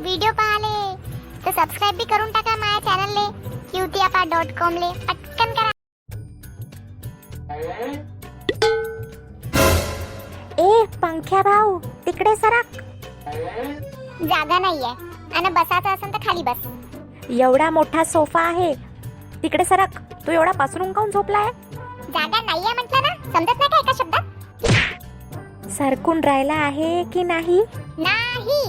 Video पाहले हो, तर सबस्क्राईब बी करून टाका माझ्या चॅनलले क्यूतियापा डॉट कॉमले पटकन करा ए पंख्या भाऊ तिकडे सरक जागा नाहीये आणि बसायचं असेल तर खाली बस एवढा मोठा सोफा आहे तिकडे सरक तू एवढा पसरून काऊन झोपलाय जागा नाहीये म्हटलं ना समजत नाही का एका शब्दात सरकून राहिला आहे की नाही नाही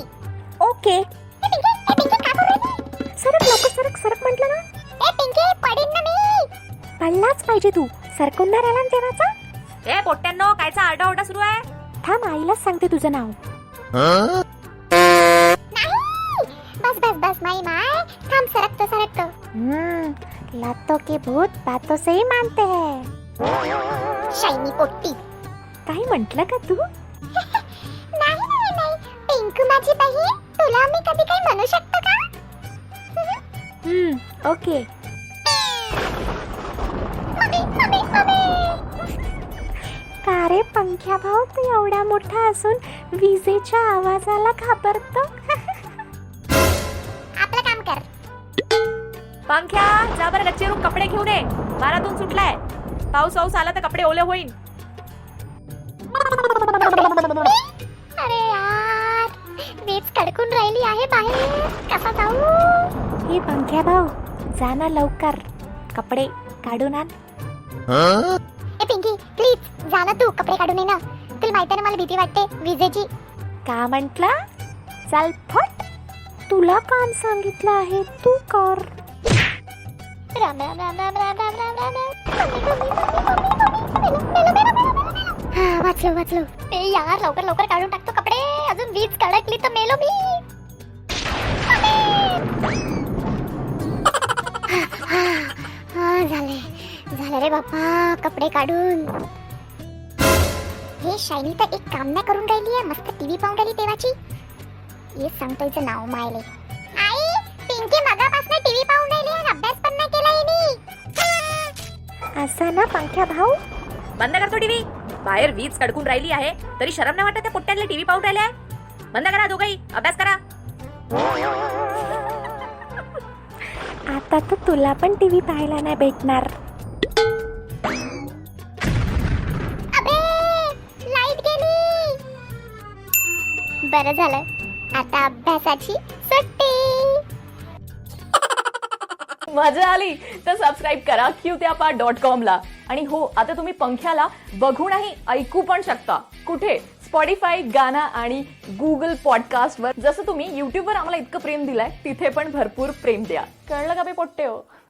ओके ए पिंकी ए पिंकी का करू राहिली? सरक लवकर सरक सरक म्हटलं ना ए पिंकी पडीन ना मी पडलाच पाहिजे तू सरकून नाही राहिला ना तेव्हाचा ए पोट्ट्यांनो कायचा आरडाओरडा सुरू आहे थांब आईलाच सांगते तुझं नाव नाही बस बस बस माई माय थांब सरकतो सरकतो हम्म लातों के भूत बातों से ही मानते हैं शायनी पोट्टी काही म्हंटल का तू नाही नाही नाही पिंकू माझी बहीण तुला मी कधी काही म्हणू शकतो का हम्म ओके मम्मी मम्मी मम्मी का रे पंख्या भाऊ तू एवढा मोठा असून विजेच्या आवाजाला घाबरतो आपलं काम कर पंख्या जा बरं गच्चीवरून कपडे घेऊन ये बारातून सुटलाय पाऊस पाऊस आला तर कपडे ओले होईल अरे यार वीज कडकून राहिली आहे बाहेर कसा जाऊ हे पंख्या भाऊ जा ना लवकर कपडे काढून आण ए पिंकी प्लीज जा ना तू कपडे काढून ये ना तुला माहिती आहे ना मला भीती वाटते विजेची का म्हंटला चल फट तुला काम सांगितलं आहे तू कर Ram Ram Ram Ram Ram Ram Ram Ram Ram mummy, mummy, mummy, mummy, mummy, मेलो, मेलो, मेलो, मेलो, मेलो, मेलो. हा, वाचलो वाचलो ए यार लवकर लवकर काढून टाकतो कपडे अजून वीज कडकली तर मेलो मी मम्मी. हा, हा, हा, झाले झालं रे बाप्पा कपडे काढून हे शायनी तर एक काम नाही करून राहिली आहे मस्त टीव्ही पाहून राहिली तेव्हाची हे सांगतो हिचं नाव मायले आई पिंकी मगापासून टीव्ही पाहून राहिली आणि अभ्यास पण नाही केला हिने असा ना पंख्या भाऊ बंद करतो टीव्ही बाहेर वीज कडकून राहिली आहे तरी शरम नाही वाटत त्या पोट्ट्यांना टीव्ही पाहून राहिले आहे बंद करा दोघाही अभ्यास करा आता तर तुला पण टीव्ही पाहायला नाही भेटणार अबे लाईट गेली बरं झालं आता अभ्यासाची सुट्टी मजा आली तर सबस्क्राईब करा क्यूत्यापा डॉट कॉमला आणि हो आता तुम्ही पंख्याला बघूनही ऐकू पण शकता कुठे स्पॉडीफाय गाना आणि गुगल पॉडकास्टवर जसं तुम्ही यूट्यूबवर आम्हाला इतकं प्रेम दिलाय तिथे पण भरपूर प्रेम द्या कळलं का बे पोट्टे हो